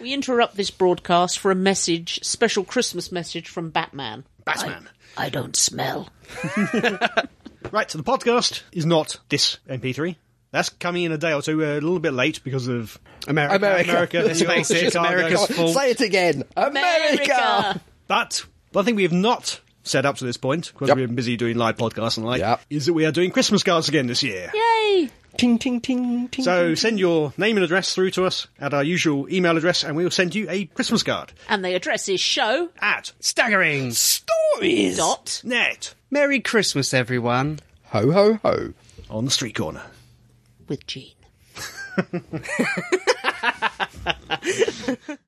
We interrupt this broadcast for a message, special Christmas message from Batman. Batman. I don't smell. Right, so the podcast is not this MP3. That's coming in a day or two. We're a little bit late because of America. America. America Let's New York, face it, it's Chicago. America's fault. Say it again. America! But one thing we have not set up to this point, because Yep. we've been busy doing live podcasts and the like, Yep. is that we are doing Christmas cards again this year. Yay! Ting, ting, ting, ting. So send your name and address through to us at our usual email address, and we will send you a Christmas card And the address is show at Staggering. stories. dot. net Merry Christmas, everyone. Ho, ho, ho. on the street corner. with Gene.